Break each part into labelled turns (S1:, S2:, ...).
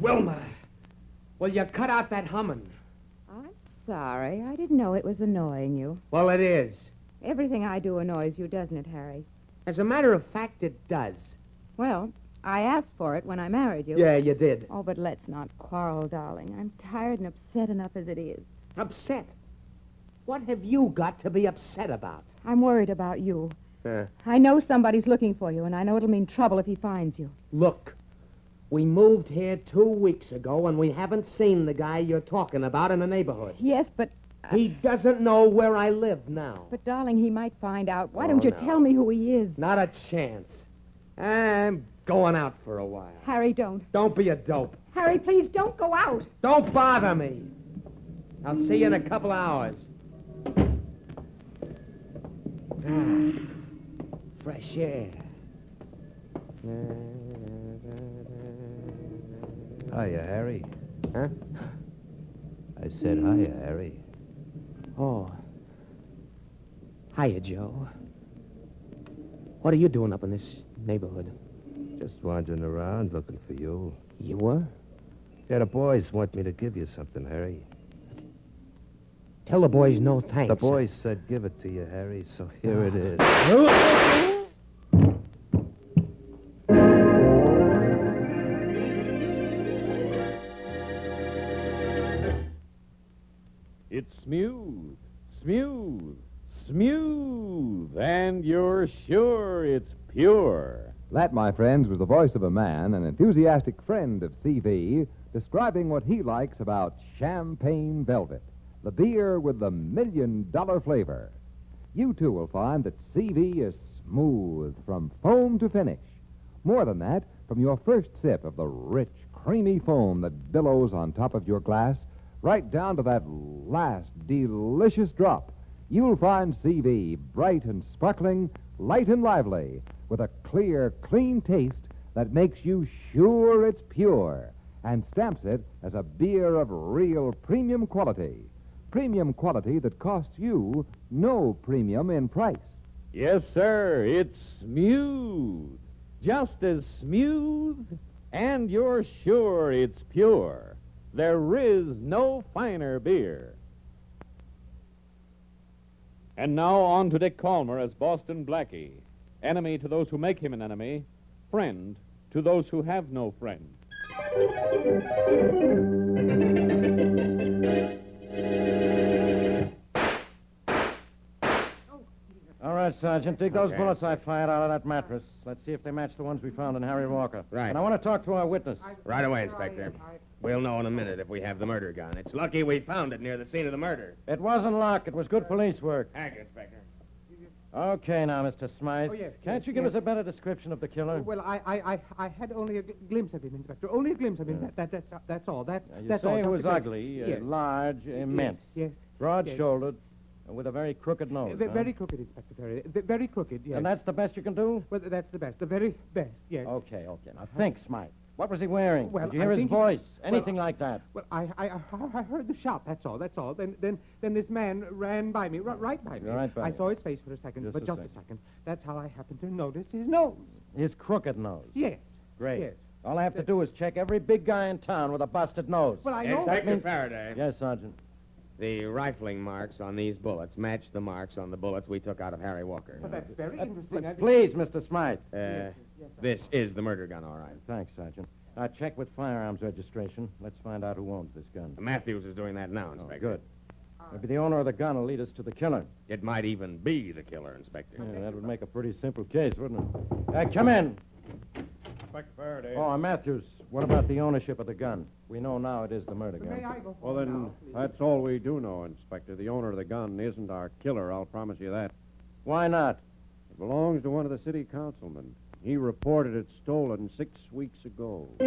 S1: Wilma, will you cut out that humming?
S2: I'm sorry. I didn't know it was annoying you.
S1: Well, it is.
S2: Everything I do annoys you, doesn't it, Harry?
S1: As a matter of fact, it does.
S2: Well, I asked for it when I married you.
S1: Yeah, you did.
S2: Oh, but let's not quarrel, darling. I'm tired and upset enough as it is.
S1: Upset. What have you got to be upset about?
S2: I'm worried about you. I know somebody's looking for you, and I know it'll mean trouble if he finds you.
S1: Look, we moved here two weeks ago, and we haven't seen the guy you're talking about in the neighborhood.
S2: Yes, but uh,
S1: He doesn't know where I live now.
S2: but darling, he might find out. Why
S1: Oh,
S2: don't you
S1: no.
S2: tell me who he is?
S1: Not a chance. I'm going out for a while.
S2: Harry, don't.
S1: Don't be a dope.
S2: Harry, please don't go out.
S1: Don't bother me. I'll see you in a couple of hours. Ah, fresh air.
S3: Hiya, Harry.
S1: Huh?
S3: I said hiya, Harry.
S1: Oh. Hiya, Joe. What are you doing up in this neighborhood?
S3: Just wandering around looking for you.
S1: You were?
S3: Yeah, the boys want me to give you something, Harry.
S1: Tell the boys no thanks.
S3: The boys said give it to you, Harry, so here it is.
S4: It's smooth, smooth, smooth, and you're sure it's pure.
S5: That, my friends, was the voice of a man, an enthusiastic friend of CV, describing what he likes about Champagne Velvet, the beer with the million dollar flavor. You too will find that CV is smooth from foam to finish. More than that, from your first sip of the rich, creamy foam that billows on top of your glass, right down to that last delicious drop, you'll find CV bright and sparkling, light and lively, with a clear, clean taste that makes you sure it's pure and stamps it as a beer of real premium quality. Premium quality that costs you no premium in price.
S4: Yes, sir, it's smooth, just as smooth, and you're sure it's pure. There is no finer beer. And now on to Dick Calmer as Boston Blackie, enemy to those who make him an enemy, friend to those who have no friend.
S6: All right, Sergeant. Dig those
S1: Okay.
S6: bullets I fired out of that mattress. Let's see if they match the ones we found in Harry Walker.
S1: Right.
S6: And I want to talk to our witness.
S1: Right away, Inspector. We'll know in a minute if we have the murder gun. It's lucky we found it near the scene of the murder.
S6: It wasn't locked. It was good police work.
S1: Thank you, Inspector.
S6: Okay, now, Mr. Smythe.
S7: Oh, yes,
S6: Can't
S7: yes,
S6: you give
S7: yes.
S6: us a better description of the killer?
S7: Oh, Well, I, I, I, I had only a gl- glimpse of him, Inspector. Only a glimpse of him.
S6: Yeah.
S7: That, that, that's, that's all. That,
S6: Now, you
S7: that's
S6: say
S7: all.
S6: he
S7: Just
S6: was
S7: a glimpse.
S6: ugly, uh,
S7: Yes.
S6: large, immense,
S7: Yes.
S6: broad-shouldered, uh, with a very crooked nose.
S7: Ve-
S6: huh?
S7: Very crooked, Inspector. Very, ve- very crooked, yes.
S6: And that's the best you can do?
S7: Well, that's the best. The very best, yes.
S6: Okay, okay. Now, think, Smythe. What was he wearing?
S7: Well,
S6: Did you
S7: I
S6: hear his
S7: think he-
S6: voice?
S7: well,
S6: Anything like that?
S7: Well, I, I, I, I heard the shout. That's all. That's all. Then, then, then this man ran by me, right, right by me.
S6: Right by
S7: I
S6: you.
S7: saw his face for a second,
S6: Just
S7: but
S6: a
S7: just
S6: second.
S7: a second. That's how I happened to notice his nose.
S6: His crooked nose.
S7: Yes.
S6: Great.
S7: Yes.
S6: All I have to do is check every big guy in town with a busted nose.
S7: Well, I know.
S1: Inspector
S6: means-
S1: Faraday.
S6: Yes, Sergeant.
S1: The rifling marks on these bullets match the marks on the bullets we took out of Harry Walker.
S7: Well, that's very interesting. I-
S6: Please, Mr. Smythe.
S1: Uh, this is the murder gun, all right.
S6: Thanks, Sergeant. Now, check with firearms registration. Let's find out who owns this gun.
S1: Matthews is doing that now,
S6: Oh,
S1: Inspector.
S6: good.
S7: Ah.
S6: Maybe the owner of the gun will lead us to the killer.
S1: It might even be the killer, Inspector.
S6: Yeah, that would make a pretty simple case, wouldn't it? Uh, come in.
S4: Inspector Faraday.
S6: Oh, uh, Matthews, what about the ownership of the gun? We know now it is the murder
S7: May
S6: gun.
S7: I go
S4: Well,
S7: forward
S4: then,
S7: now, please?
S4: that's all we do know, Inspector. The owner of the gun isn't our killer, I'll promise you that.
S6: Why not?
S4: It belongs to one of the city councilmen. He reported it stolen six weeks ago.
S8: Oh,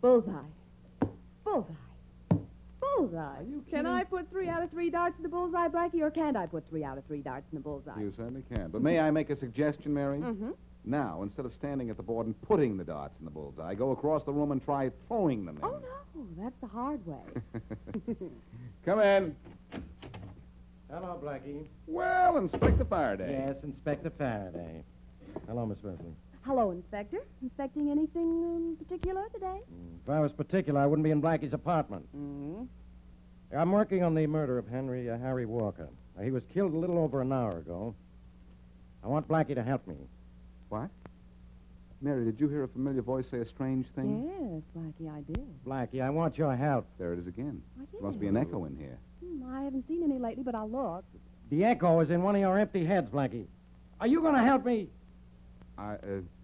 S2: Bullseye. Bullseye. Bullseye. Can I put three out of three darts in the bullseye, Blackie, or can't I put three out of three darts in the bullseye?
S5: You certainly can. But may I make a suggestion, Mary?
S2: Mm-hmm.
S5: Now, instead of standing at the board and putting the darts in the bullseye, go across the room and try throwing them in.
S2: Oh, no. That's the hard way.
S5: Come in.
S6: Hello, Blackie.
S9: Well, Inspector Faraday.
S6: Yes, Inspector Faraday. Hello, Miss Wesley.
S2: Hello, Inspector. Inspecting anything um, particular today?
S6: If I was particular, I wouldn't be in Blackie's apartment.
S2: Mm-hmm.
S6: I'm working on the murder of Henry uh, Harry Walker. Uh, he was killed a little over an hour ago. I want Blackie to help me.
S9: Mary, did you hear a familiar voice say a strange thing?
S2: Yes, Blackie, I did.
S6: Blackie, I want your help.
S9: There it is again.
S2: I did.
S9: There must be an echo in here.
S2: Hmm, I haven't seen any lately, but I'll look.
S6: The echo is in one of your empty heads, Blackie. Are you going to help me?
S2: Uh,
S9: I, uh,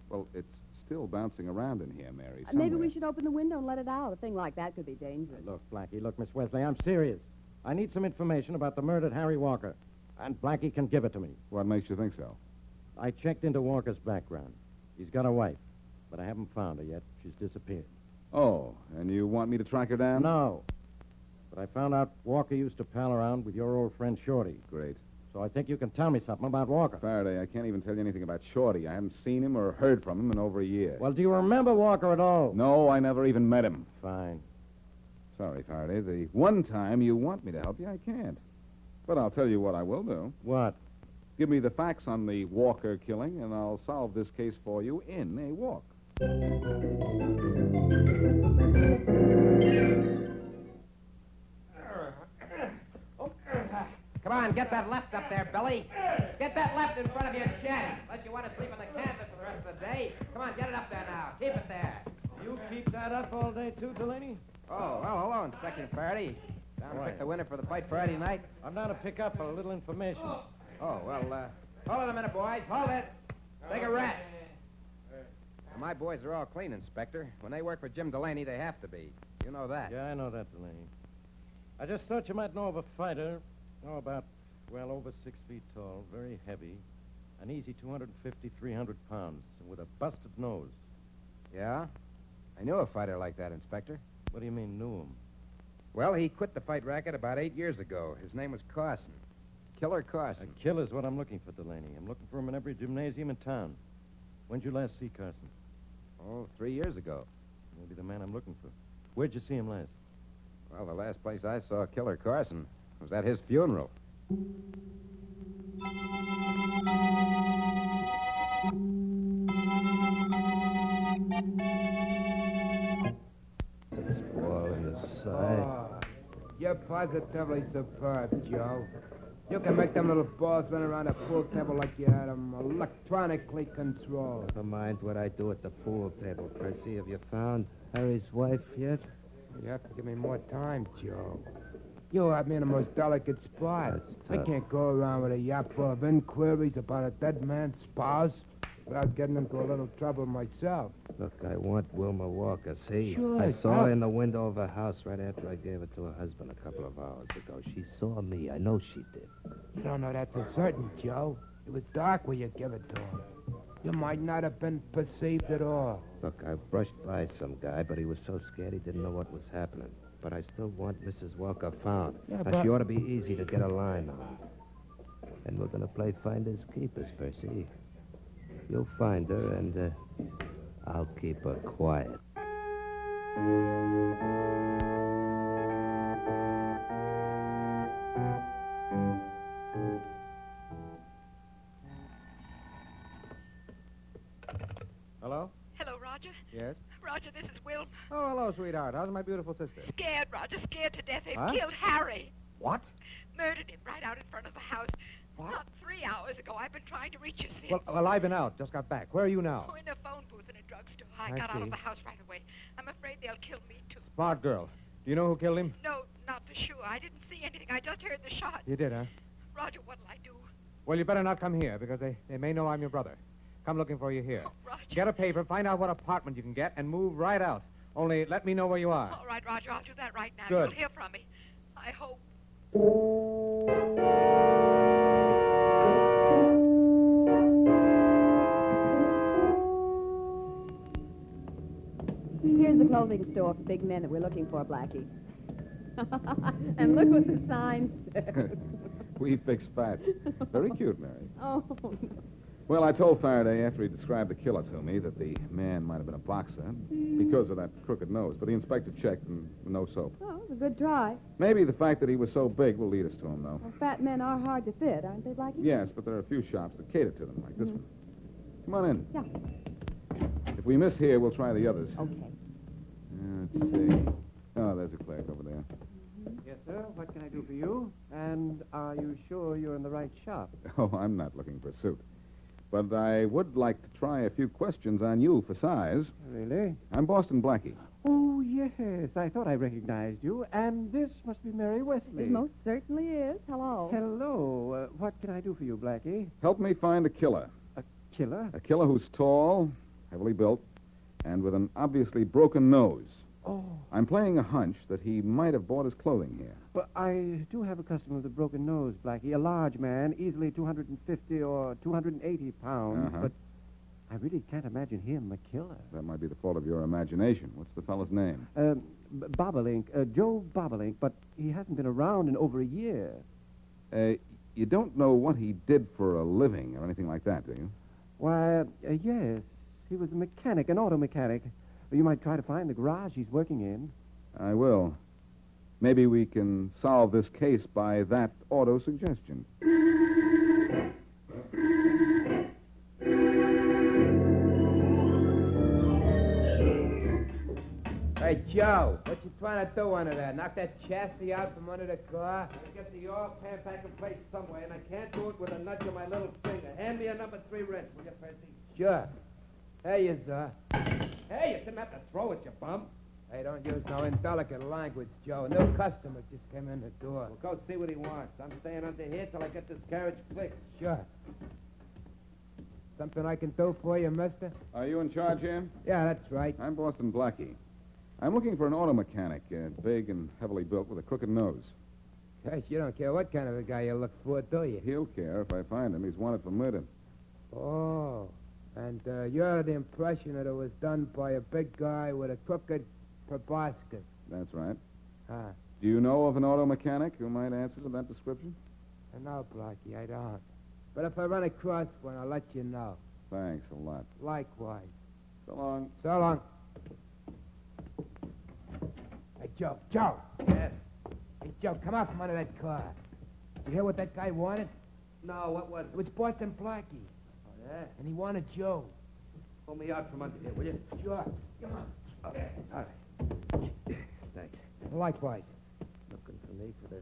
S9: well, it's still bouncing around in here, Mary.
S2: Uh, maybe
S9: somewhere.
S2: we should open the window and let it out. A thing like that could be dangerous.
S6: Look, Blackie, look, Miss Wesley, I'm serious. I need some information about the murdered Harry Walker, and Blackie can give it to me.
S9: What makes you think so?
S6: I checked into Walker's background. He's got a wife, but I haven't found her yet. She's disappeared.
S9: Oh, and you want me to track her down?
S6: No. But I found out Walker used to pal around with your old friend Shorty,
S9: Great.
S6: so I think you can tell me something about Walker.
S9: Faraday, I can't even tell you anything about Shorty. I haven't seen him or heard from him in over a year.
S6: Well, do you remember Walker at all?
S9: No, I never even met him.
S6: Fine.
S9: Sorry, Faraday. The one time you want me to help you, I can't. But I'll tell you what I will do.
S6: What?
S9: Give me the facts on the Walker killing, and I'll solve this case for you in a walk.
S1: Come on, get that left up there, Billy. Get that left in front of your chin. Unless you want to sleep on the canvas for the rest of the day. Come on, get it up there now. Keep it there.
S6: You keep that up all day, too, Delaney?
S1: Oh, well, hello, Inspector Faraday. Down to
S6: Why?
S1: pick the winner for the fight Friday night.
S6: I'm down to pick up a little information.
S1: Oh, well, uh, hold it a minute, boys. Hold it. Take a rest. Now, my boys are all clean, Inspector. When they work for Jim Delaney, they have to be. You know that.
S6: Yeah, I know that, Delaney. I just thought you might know of a fighter, oh, about, well, over six feet tall, very heavy, an easy 250, 300 pounds, and with a busted nose.
S1: Yeah? I knew a fighter like that, Inspector.
S6: What do you mean, knew him?
S1: Well, he quit the fight racket about eight years ago. His name was Carson. Killer
S6: A
S1: Carson.
S6: killer's what I'm looking for, Delaney. I'm looking for him in every gymnasium in town. When'd you last see Carson?
S1: Oh, three years ago.
S6: Maybe the man I'm looking for. Where'd you see him last?
S1: Well, the last place I saw Killer Carson was at his funeral.
S3: Wall in the side.
S1: Oh, You're positively superb, Joe. You can make them little balls run around a pool table like you had them electronically controlled.
S3: Never mind what I do at the pool table, Percy. Have you found Harry's wife yet?
S1: You have to give me more time, Joe. You have me in the most delicate spot.
S3: That's
S1: I
S3: tough.
S1: can't go around with a yap full of inquiries about a dead man's spouse without getting into a little trouble myself.
S3: Look, I want Wilma Walker, see?
S1: Sure,
S3: I saw her
S1: I-
S3: in the window of her house right after I gave it to her husband a couple of hours ago. She saw me. I know she did.
S1: You don't know that for certain, Joe. It was dark when you give it to him. You might not have been perceived at all.
S3: Look, I brushed by some guy, but he was so scared he didn't know what was happening. But I still want Mrs. Walker found.
S1: Yeah,
S3: Now,
S1: but-
S3: She ought to be easy to get a line on. And we're going to play finders keepers, Percy. You'll find her, and uh, I'll keep her quiet.
S6: Hello?
S10: Hello, Roger.
S6: Yes?
S10: Roger, this is Wilma.
S6: Oh, hello, sweetheart. How's my beautiful sister?
S10: Scared, Roger. Scared to death. They've
S6: Huh?
S10: killed Harry.
S6: What?
S10: Murdered him right out in front of the house.
S6: What?
S10: Not three hours ago. I've been trying to reach you since.
S6: Well, well, I've been out. Just got back. Where are you now?
S10: oh, in a phone booth in a drugstore. I,
S6: I
S10: got out
S6: see.
S10: of the house right away. I'm afraid they'll kill me, too.
S6: Smart girl. Do you know who killed him?
S10: No, not for sure. I didn't see anything. I just heard the shot.
S7: You did, huh?
S10: Roger, what'll I do?
S7: Well, you better not come here because they, they may know I'm your brother. Come looking for you here.
S10: Oh, Roger.
S7: Get a paper, find out what apartment you can get, and move right out. Only let me know where you are.
S10: All right, Roger. I'll do that right now.
S7: Good.
S10: You'll hear from me. I hope.
S2: Here's the clothing store for big men that we're looking for, Blackie. and look what the sign says.
S9: We fix fat. Very cute, Mary.
S2: oh,
S9: Well, I told Faraday after he described the killer to me that the man might have been a boxer because of that crooked nose, but the inspector checked and no soap.
S2: oh, the good try.
S9: Maybe the fact that he was so big will lead us to him, though.
S2: Well, fat men are hard to fit, aren't they, Blackie?
S9: Yes, but there are a few shops that cater to them, like this one. Come on in.
S2: Yeah.
S9: If we miss here, we'll try the others.
S2: Okay.
S9: Yeah, Let's see. Oh, there's a clerk over there.
S7: Yes, sir. What can I do for you? And are you sure you're in the right shop?
S9: Oh, I'm not looking for a suit. But I would like to try a few questions on you for size.
S7: Really?
S9: I'm Boston Blackie.
S7: Oh, yes. I thought I recognized you. And this must be Mary Wesley.
S2: It most certainly is. Hello.
S7: Hello. Uh, what can I do for you, Blackie?
S9: Help me find a killer.
S7: Killer?
S9: A killer who's tall, heavily built, and with an obviously broken nose.
S7: Oh.
S9: I'm playing a hunch that he might have bought his clothing here.
S7: Well, I do have a customer with a broken nose, Blackie. A large man, easily 250 or 280 pounds.
S9: Uh-huh.
S7: But I really can't imagine him a killer.
S9: That might be the fault of your imagination. What's the fellow's name?
S7: Um, B- Bobolink, uh, Joe Bobolink, but he hasn't been around in over a year.
S9: Uh, you don't know what he did for a living or anything like that, do you?
S7: Why, uh, yes, he was a mechanic, an auto mechanic. You might try to find the garage he's working in.
S9: I will. Maybe we can solve this case by that auto suggestion.
S1: Hey, Joe, what you trying to do under there? Knock that chassis out from under the car?
S7: I get the oil pan back in place somewhere, and I can't do it with a nudge of my little finger. Hand me a number three wrench, will you, Percy?
S1: Sure. There you are.
S7: Hey, you didn't have to throw it, you bum.
S1: Hey, don't use no indelicate language, Joe. A new customer just came in the door.
S7: Well, go see what he wants. I'm staying under here till I get this carriage fixed.
S1: Sure. Something I can do for you, mister?
S9: Are you in charge here?
S1: Yeah, that's right.
S9: I'm Boston Blackie. I'm looking for an auto mechanic, uh, big and heavily built with a crooked nose.
S1: Gosh, you don't care what kind of a guy you look for, do you?
S9: He'll care if I find him. He's wanted for murder.
S1: Oh, and uh, you're the impression that it was done by a big guy with a crooked proboscis.
S9: That's right.
S1: Huh?
S9: Do you know of an auto mechanic who might answer to that description?
S1: No, Blackie, I don't. But if I run across one, I'll let you know.
S9: Thanks a lot.
S1: Likewise.
S9: So long.
S1: So long. Hey, Joe. Joe. Yes. Hey, Joe, come out from under that car. You hear what that guy wanted?
S7: No, what was
S1: It was Boston Blackie,
S7: Oh, yeah?
S1: and he wanted Joe.
S7: Pull me out from under here, will you?
S1: Sure.
S7: All right. Thanks.
S1: Likewise.
S3: Looking for me for the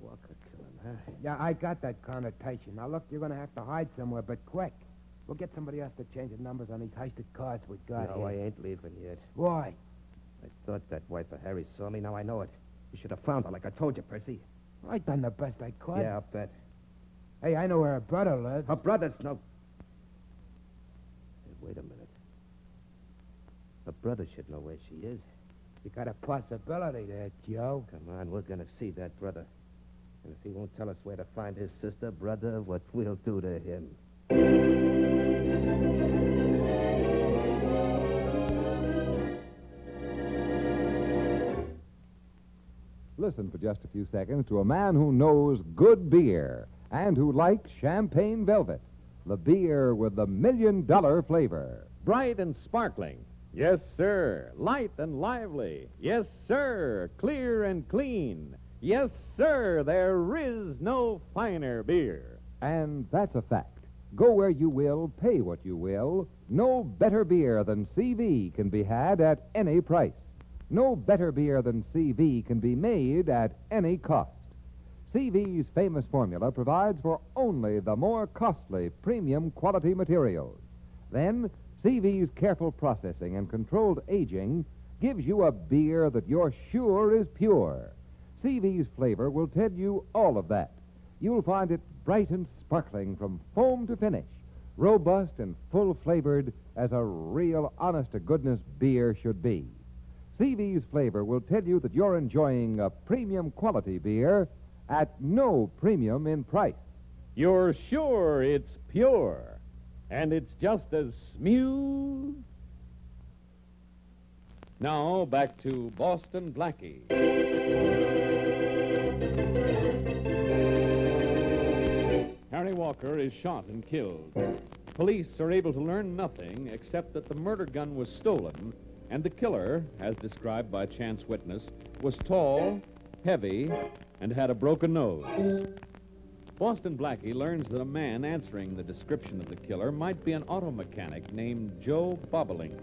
S3: Walker killing, huh?
S1: Uh, Yeah, I got that connotation. Now, look, you're going to have to hide somewhere, but quick. We'll get somebody else to change the numbers on these heisted cars we got
S3: no, I
S1: here.
S3: ain't leaving yet.
S1: Why?
S3: I thought that wife of Harry saw me. Now I know it. You should have found her, like I told you, Percy.
S1: I done the best I could.
S3: Yeah, I'll bet.
S1: Hey, I know where her brother lives.
S3: Her brother's no. Hey, wait a minute. Her brother should know where she is.
S1: You got a possibility there, Joe.
S3: Come on, we're gonna see that brother. And if he won't tell us where to find his sister, brother, what we'll do to him.
S5: Listen for just a few seconds to a man who knows good beer and who likes champagne velvet, the beer with the million dollar flavor.
S4: bright and sparkling. Yes, sir. Light and lively. Yes, sir. Clear and clean. Yes, sir. There is no finer beer.
S5: And that's a fact. Go where you will, pay what you will. No better beer than CV can be had at any price. No better beer than CV can be made at any cost. CV's famous formula provides for only the more costly premium quality materials. Then, CV's careful processing and controlled aging gives you a beer that you're sure is pure. CV's flavor will tell you all of that. You'll find it bright and sparkling from foam to finish, robust and full flavored as a real honest to goodness beer should be. CV's flavor will tell you that you're enjoying a premium quality beer at no premium in price.
S4: You're sure it's pure. And it's just as smooth. Now back to Boston Blackie. Harry Walker is shot and killed. Police are able to learn nothing except that the murder gun was stolen and the killer, as described by chance witness, was tall, heavy, and had a broken nose. Boston Blackie learns that a man answering the description of the killer might be an auto mechanic named Joe Bobbling.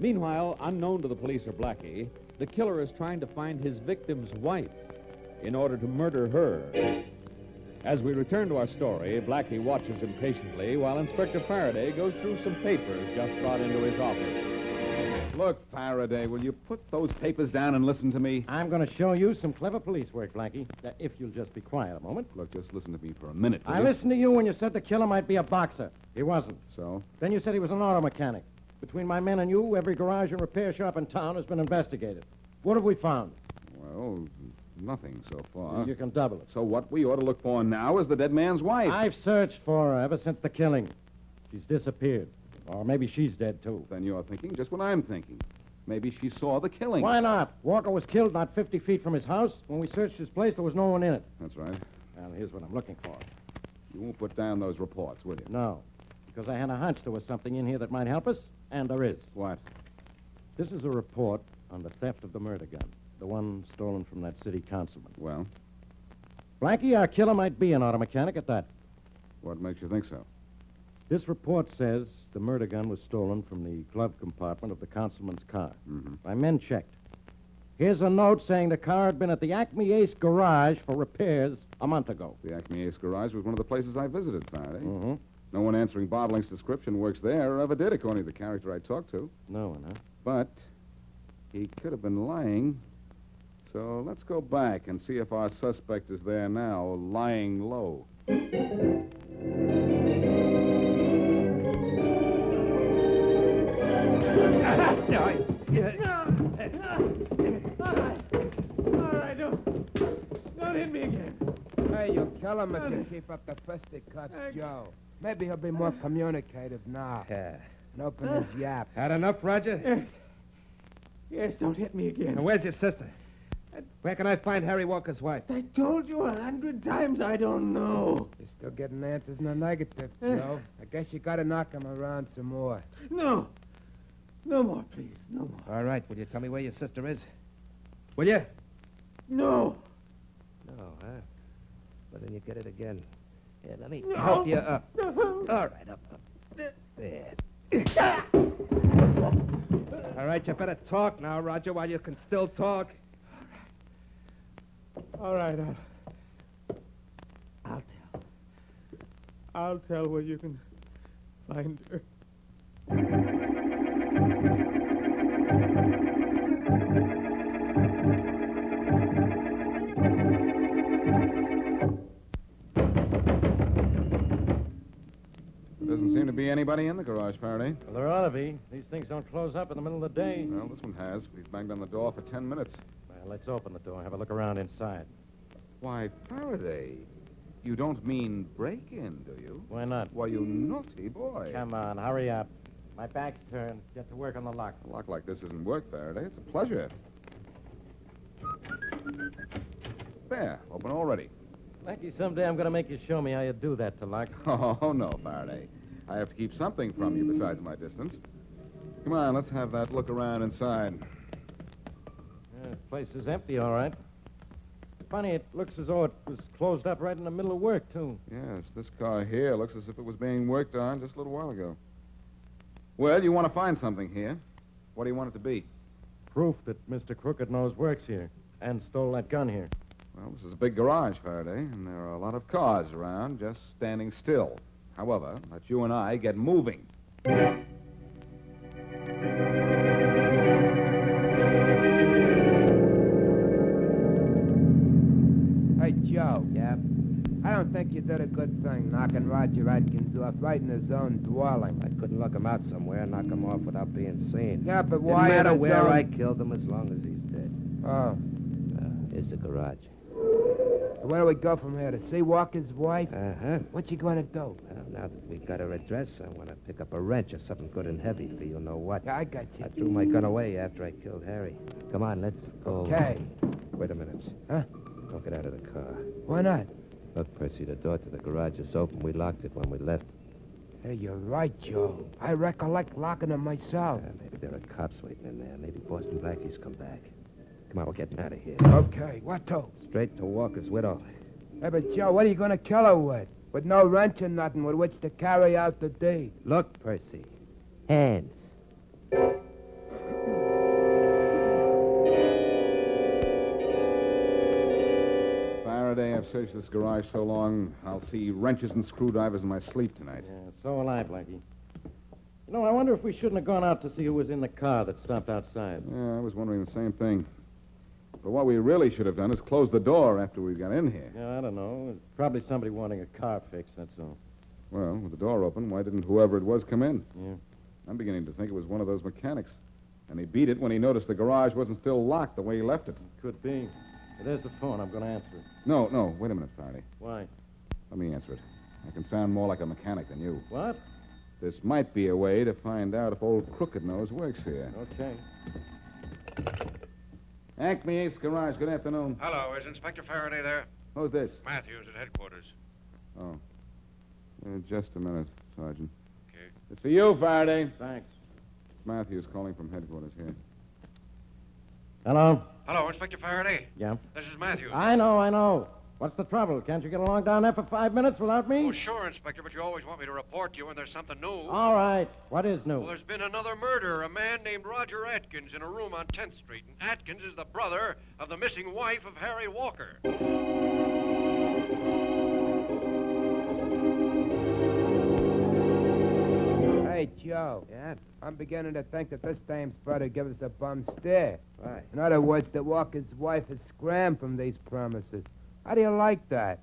S4: Meanwhile, unknown to the police or Blackie, the killer is trying to find his victim's wife in order to murder her. As we return to our story, Blackie watches impatiently while Inspector Faraday goes through some papers just brought into his office.
S9: Look, Faraday, will you put those papers down and listen to me?
S6: I'm going to show you some clever police work, Blackie. Uh, if you'll just be quiet a moment.
S9: Look, just listen to me for a minute. will
S6: I
S9: you?
S6: listened to you when you said the killer might be a boxer. He wasn't.
S9: So?
S6: Then you said he was an auto mechanic. Between my men and you, every garage and repair shop in town has been investigated. What have we found?
S9: Well, nothing so far.
S6: you can double it.
S9: So what we ought to look for now is the dead man's wife.
S6: I've searched for her ever since the killing. She's disappeared. Or maybe she's dead, too.
S9: Then you're thinking just what I'm thinking. Maybe she saw the killing.
S6: Why not? Walker was killed not 50 feet from his house. When we searched his place, there was no one in it.
S9: That's right.
S6: Well, here's what I'm looking for.
S9: You won't put down those reports, will you?
S6: No, because I had a hunch there was something in here that might help us, and there is.
S9: What?
S6: This is a report on the theft of the murder gun, the one stolen from that city councilman.
S9: Well,
S6: Blackie, our killer might be an auto mechanic at that.
S9: what makes you think so?
S6: This report says the murder gun was stolen from the glove compartment of the councilman's car.
S9: Mhm.
S6: My men checked. Here's a note saying the car had been at the Acme Ace garage for repairs a month ago.
S9: The Acme Ace garage was one of the places I visited, Faraday.
S6: Mm-hmm.
S9: No one answering Bobling's description works there or ever did, according to the character I talked to.
S6: No one, huh?
S9: But he could have been lying. So let's go back and see if our suspect is there now, lying low.
S8: Hey, you kill him if you keep up the fisticuffs, Joe. Maybe he'll be more communicative now. Yeah. And open his yap.
S7: Had enough, Roger?
S8: Yes. Yes, don't hit me again.
S7: where's your sister? Where can I find Harry Walker's wife?
S8: I told you a hundred times I don't know. Eh.
S7: You're still getting answers in the negative,
S8: Joe.
S7: I guess you gotta knock him around some more.
S8: No. No more, please. No more.
S3: All right, will you tell me where your sister is? Will you?
S8: No.
S3: No, huh? But then you get it again. Here, let me
S8: No.
S3: help you up.
S8: No.
S3: All right, up, up. There. All right, you better talk now, Roger, while you can still talk.
S8: All right, I'll. I'll tell. I'll tell where you can find her.
S9: There doesn't seem to be anybody in the garage, Faraday.
S6: Well, there ought to be. These things don't close up in the middle of the day.
S9: Well, this one has. We've banged on the door for ten minutes.
S6: Well, let's open the door and have a look around inside.
S9: Why, Faraday, you don't mean break in, do you?
S6: Why not?
S9: Why, you naughty boy.
S6: Come on, hurry up. My back's turned. Get to work on the lock.
S9: A lock like this isn't work, Faraday. It's a pleasure. There, open already.
S6: Lucky someday I'm going to make you show me how you do that to locks.
S9: Oh, no, Faraday. I have to keep something from you besides my distance. Come on, let's have that look around inside.
S6: Yeah, the Uh, place is empty, all right. Funny, it looks as though it was closed up right in the middle of work, too.
S9: Yes, this car here looks as if it was being worked on just a little while ago. Well, you want to find something here. What do you want it to be?
S6: Proof that Mr. Crooked Nose works here and stole that gun here.
S9: Well, this is a big garage, Faraday, and there are a lot of cars around just standing still. However, let you and I get moving.
S8: Hey, Joe.
S3: Yeah.
S8: I don't think you did a good thing knocking Roger Atkins off right in his own dwelling.
S3: I couldn't lock him out somewhere and knock him off without being seen.
S8: Yeah, but
S3: Didn't
S8: why? in
S3: matter
S8: his
S3: where
S8: own-
S3: I killed him as long as he's dead.
S8: Oh.
S3: Uh, here's the garage.
S8: Where do we go from here? To see Walker's wife?
S3: Uh-huh.
S8: What you gonna do?
S3: Well, now that we got her address, I want to pick up a wrench or something good and heavy for you know what.
S8: Yeah, I got you.
S3: I threw my gun away after I killed Harry. Come on, let's go.
S8: Okay.
S3: Wait a minute.
S8: Huh?
S3: Don't get out of the car.
S8: Why not?
S3: Look, Percy, the door to the garage is open. We locked it when we left.
S8: Hey, you're right, Joe. I recollect locking them myself.
S3: Uh, maybe there are cops waiting in there. Maybe Boston Blackie's come back. Come on, we're getting out of here.
S8: Okay, what to?
S3: Straight to Walker's widow.
S8: Hey, but Joe, what are you going to kill her with? With no wrench or nothing with which to carry out the deed.
S3: Look, Percy. Hands.
S9: Faraday, I've searched this garage so long, I'll see wrenches and screwdrivers in my sleep tonight.
S6: Yeah, so will I, Blackie. You know, I wonder if we shouldn't have gone out to see who was in the car that stopped outside.
S9: Yeah, I was wondering the same thing. But what we really should have done is close the door after we got in here.
S6: Yeah, I don't know. It's probably somebody wanting a car fixed, that's all.
S9: Well, with the door open, why didn't whoever it was come in?
S6: Yeah.
S9: I'm beginning to think it was one of those mechanics. And he beat it when he noticed the garage wasn't still locked the way he left it.
S6: Could be. But there's the phone. I'm going to answer it.
S9: No, no, wait a minute, Faraday.
S6: Why?
S9: Let me answer it. I can sound more like a mechanic than you.
S6: What?
S9: This might be a way to find out if old Crooked Nose works here.
S6: Okay.
S9: Acme Ace Garage, good afternoon.
S11: Hello, is Inspector Faraday there?
S9: Who's this?
S11: Matthews at headquarters.
S9: Oh. Uh, just a minute, Sergeant.
S11: Okay.
S9: It's for you, Faraday.
S6: Thanks.
S9: It's Matthews calling from headquarters here.
S6: Hello?
S11: Hello, Inspector Faraday.
S6: Yeah?
S11: This is Matthews.
S6: I know, I know. What's the trouble? Can't you get along down there for five minutes without me?
S11: Oh, sure, Inspector, but you always want me to report to you when there's something new.
S6: All right. What is new?
S11: Well, there's been another murder. A man named Roger Atkins in a room on 10th Street. And Atkins is the brother of the missing wife of Harry Walker.
S8: Hey, Joe.
S7: Yeah?
S8: I'm beginning to think that this dame's brother gives us a bum stare.
S7: Why?
S8: In other words, that Walker's wife is scrammed from these premises. How do you like that?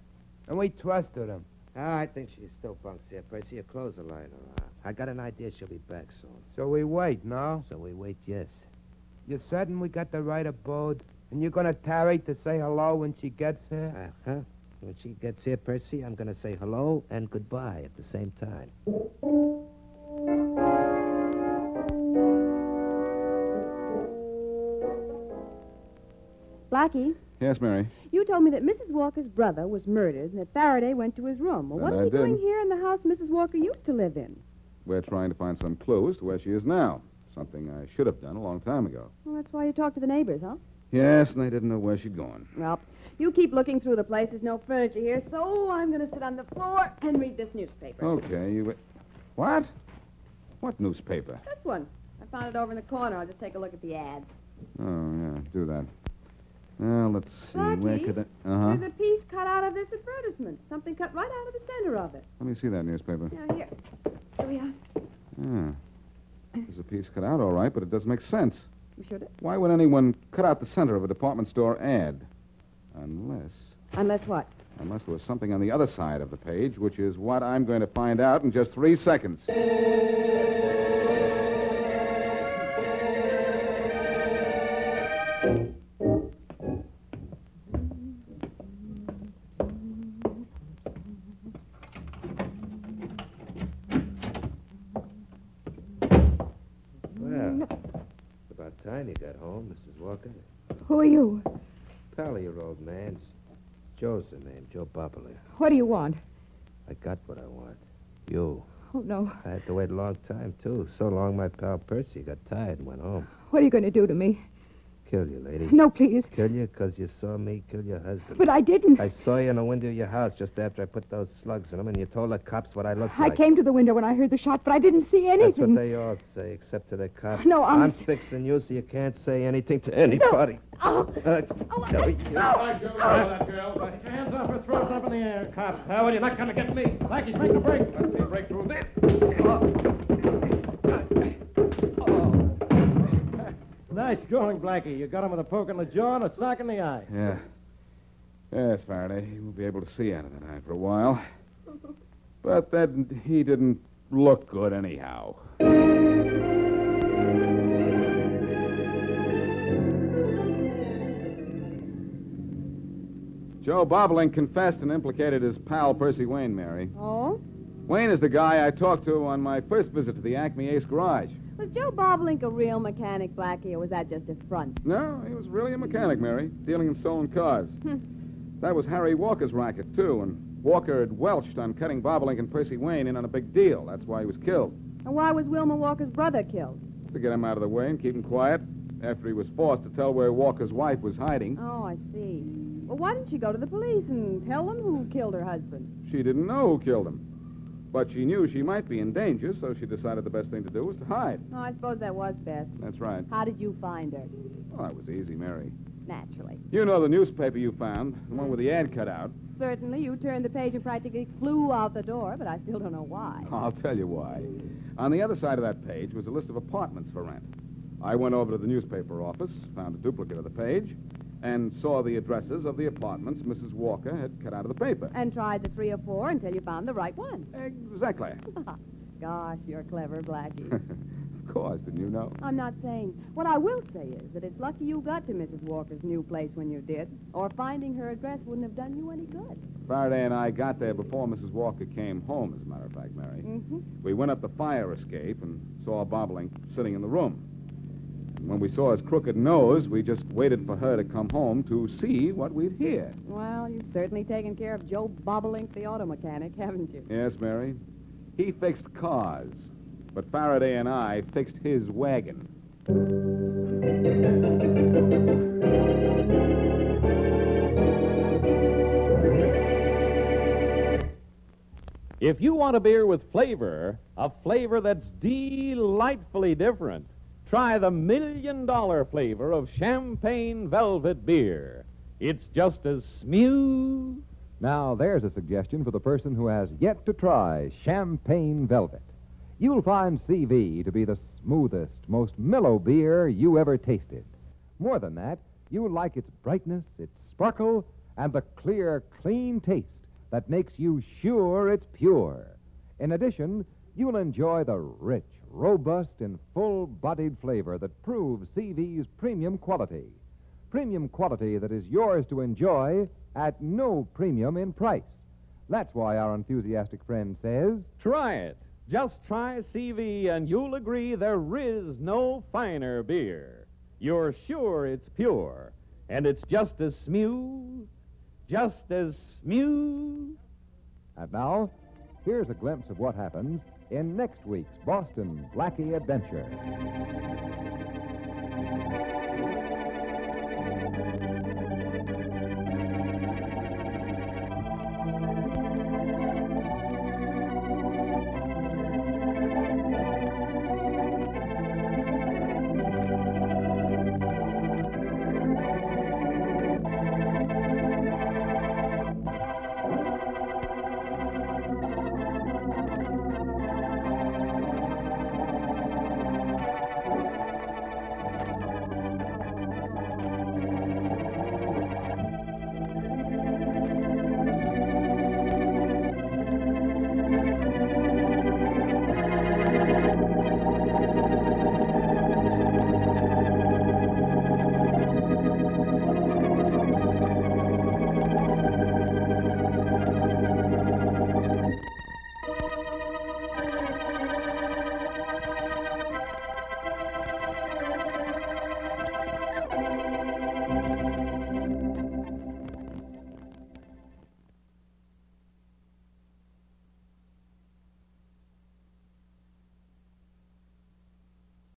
S8: And we trusted him.
S3: I think she's still bunked here, Percy. Your clothes are lying around. I got an idea she'll be back soon.
S8: So we wait, no?
S3: So we wait, yes.
S8: You're certain we got the right abode? And you're going to tarry to say hello when she gets here?
S3: Uh-huh. When she gets here, Percy, I'm going to say hello and goodbye at the same time.
S2: Blackie,
S9: Yes, Mary.
S2: you told me that Mrs. Walker's brother was murdered and that Faraday went to his room. Well, what
S9: That
S2: are
S9: I
S2: you doing
S9: did.
S2: here in the house Mrs. Walker used to live in?
S9: We're trying to find some clue as to where she is now. Something I should have done a long time ago.
S2: Well, that's why you talk to the neighbors, huh?
S9: Yes, and I didn't know where she'd gone.
S2: Well, you keep looking through the place. There's no furniture here, so I'm going to sit on the floor and read this newspaper.
S9: Okay, you. What? What newspaper?
S2: This one. I found it over in the corner. I'll just take a look at the ad.
S9: Oh, yeah, do that. Well, let's see. Where
S2: Blackie,
S9: could I. Uh huh.
S2: There's a piece cut out of this advertisement. Something cut right out of the center of it.
S9: Let me see that newspaper.
S2: Now, here. Here we are.
S9: Yeah. There's a piece cut out, all right, but it doesn't make sense.
S2: We should it?
S9: Why would anyone cut out the center of a department store ad? Unless.
S2: Unless what?
S9: Unless there was something on the other side of the page, which is what I'm going to find out in just three seconds.
S3: Well, it's about time you got home, Mrs. Walker.
S2: Who are you?
S3: Pal of your old man's. Joe's the name, Joe Bobbler.
S2: What do you want?
S3: I got what I want. You.
S2: Oh, no.
S3: I had to wait a long time, too. So long, my pal Percy got tired and went home.
S2: What are you going to do to me?
S3: Kill you, lady.
S2: No, please.
S3: Kill you because you saw me kill your husband.
S2: But I didn't.
S3: I saw you in the window of your house just after I put those slugs in them, and you told the cops what I looked
S2: I
S3: like.
S2: came to the window when I heard the shot, but I didn't see
S3: That's
S2: anything.
S3: what they all say, except to the cops.
S2: No,
S3: I'm,
S2: honest-
S3: fixing you so you can't say anything to anybody.
S2: Oh,
S3: Uh,
S2: oh, I-
S3: Joey,
S2: oh, oh.
S6: Put your hands off her throats up in the air, cops. How are you? Not going to get me. Blackie's making a break. Let's see a break through this. Nice going, Blackie. You got him with a poke in the jaw and a sock in the eye.
S9: Yeah. Yes, Faraday. He won't be able to see out of that eye for a while. But that he didn't look good anyhow. Joe Bobbling confessed and implicated his pal Percy Wayne, Mary.
S2: Oh?
S9: Wayne is the guy I talked to on my first visit to the Acme Ace Garage.
S2: Was Joe Bobolink a real mechanic, Blackie, or was that just a front?
S9: No, he was really a mechanic, Mary, dealing in stolen cars.
S2: Hmm.
S9: that was Harry Walker's racket, too, and Walker had welched on cutting Bobolink and Percy Wayne in on a big deal. That's why he was killed.
S2: And why was Wilma Walker's brother killed?
S9: To get him out of the way and keep him quiet. after he was forced to tell where Walker's wife was hiding.
S2: Oh, I see. Well, why didn't she go to the police and tell them who killed her husband?
S9: She didn't know who killed him. But she knew she might be in danger, so she decided the best thing to do was to hide.
S2: Oh, I suppose that was best.
S9: That's right.
S2: How did you find her?
S9: Well, that was easy, Mary.
S2: Naturally.
S9: You know the newspaper you found, the one with the ad cut out.
S2: Certainly, you turned the page and practically flew out the door, but I still don't know why.
S9: I'll tell you why. On the other side of that page was a list of apartments for rent. I went over to the newspaper office, found a duplicate of the page, and saw the addresses of the apartments Mrs. Walker had cut out of the paper.
S2: And tried the three or four until you found the right one.
S9: Exactly.
S2: Gosh, you're clever, Blackie.
S9: Of course, didn't you know?
S2: I'm not saying. What I will say is that it's lucky you got to Mrs. Walker's new place when you did, or finding her address wouldn't have done you any good.
S9: Faraday and I got there before Mrs. Walker came home, as a matter of fact, Mary.
S2: Mm-hmm.
S9: We went up the fire escape and saw Bobbling sitting in the room. And when we saw his crooked nose, we just waited for her to come home to see what we'd hear.
S2: Well, you've certainly taken care of Joe Bobolink, the auto mechanic, haven't you?
S9: Yes, Mary. He fixed cars, but Faraday and I fixed his wagon.
S4: If you want a beer with flavor, a flavor that's delightfully different, try the million dollar flavor of champagne velvet beer. It's just as smooth.
S5: Now, there's a suggestion for the person who has yet to try Champagne Velvet. You'll find CV to be the smoothest, most mellow beer you ever tasted. More than that, you'll like its brightness, its sparkle, and the clear, clean taste that makes you sure it's pure. In addition, you'll enjoy the rich, robust, and full bodied flavor that proves CV's premium quality. Premium quality that is yours to enjoy at no premium in price. That's why our enthusiastic friend says
S4: Try it. Just try CV and you'll agree there is no finer beer. You're sure it's pure, and it's just as smooth, just as smooth.
S5: And now, here's a glimpse of what happens in next week's Boston Blackie Adventure.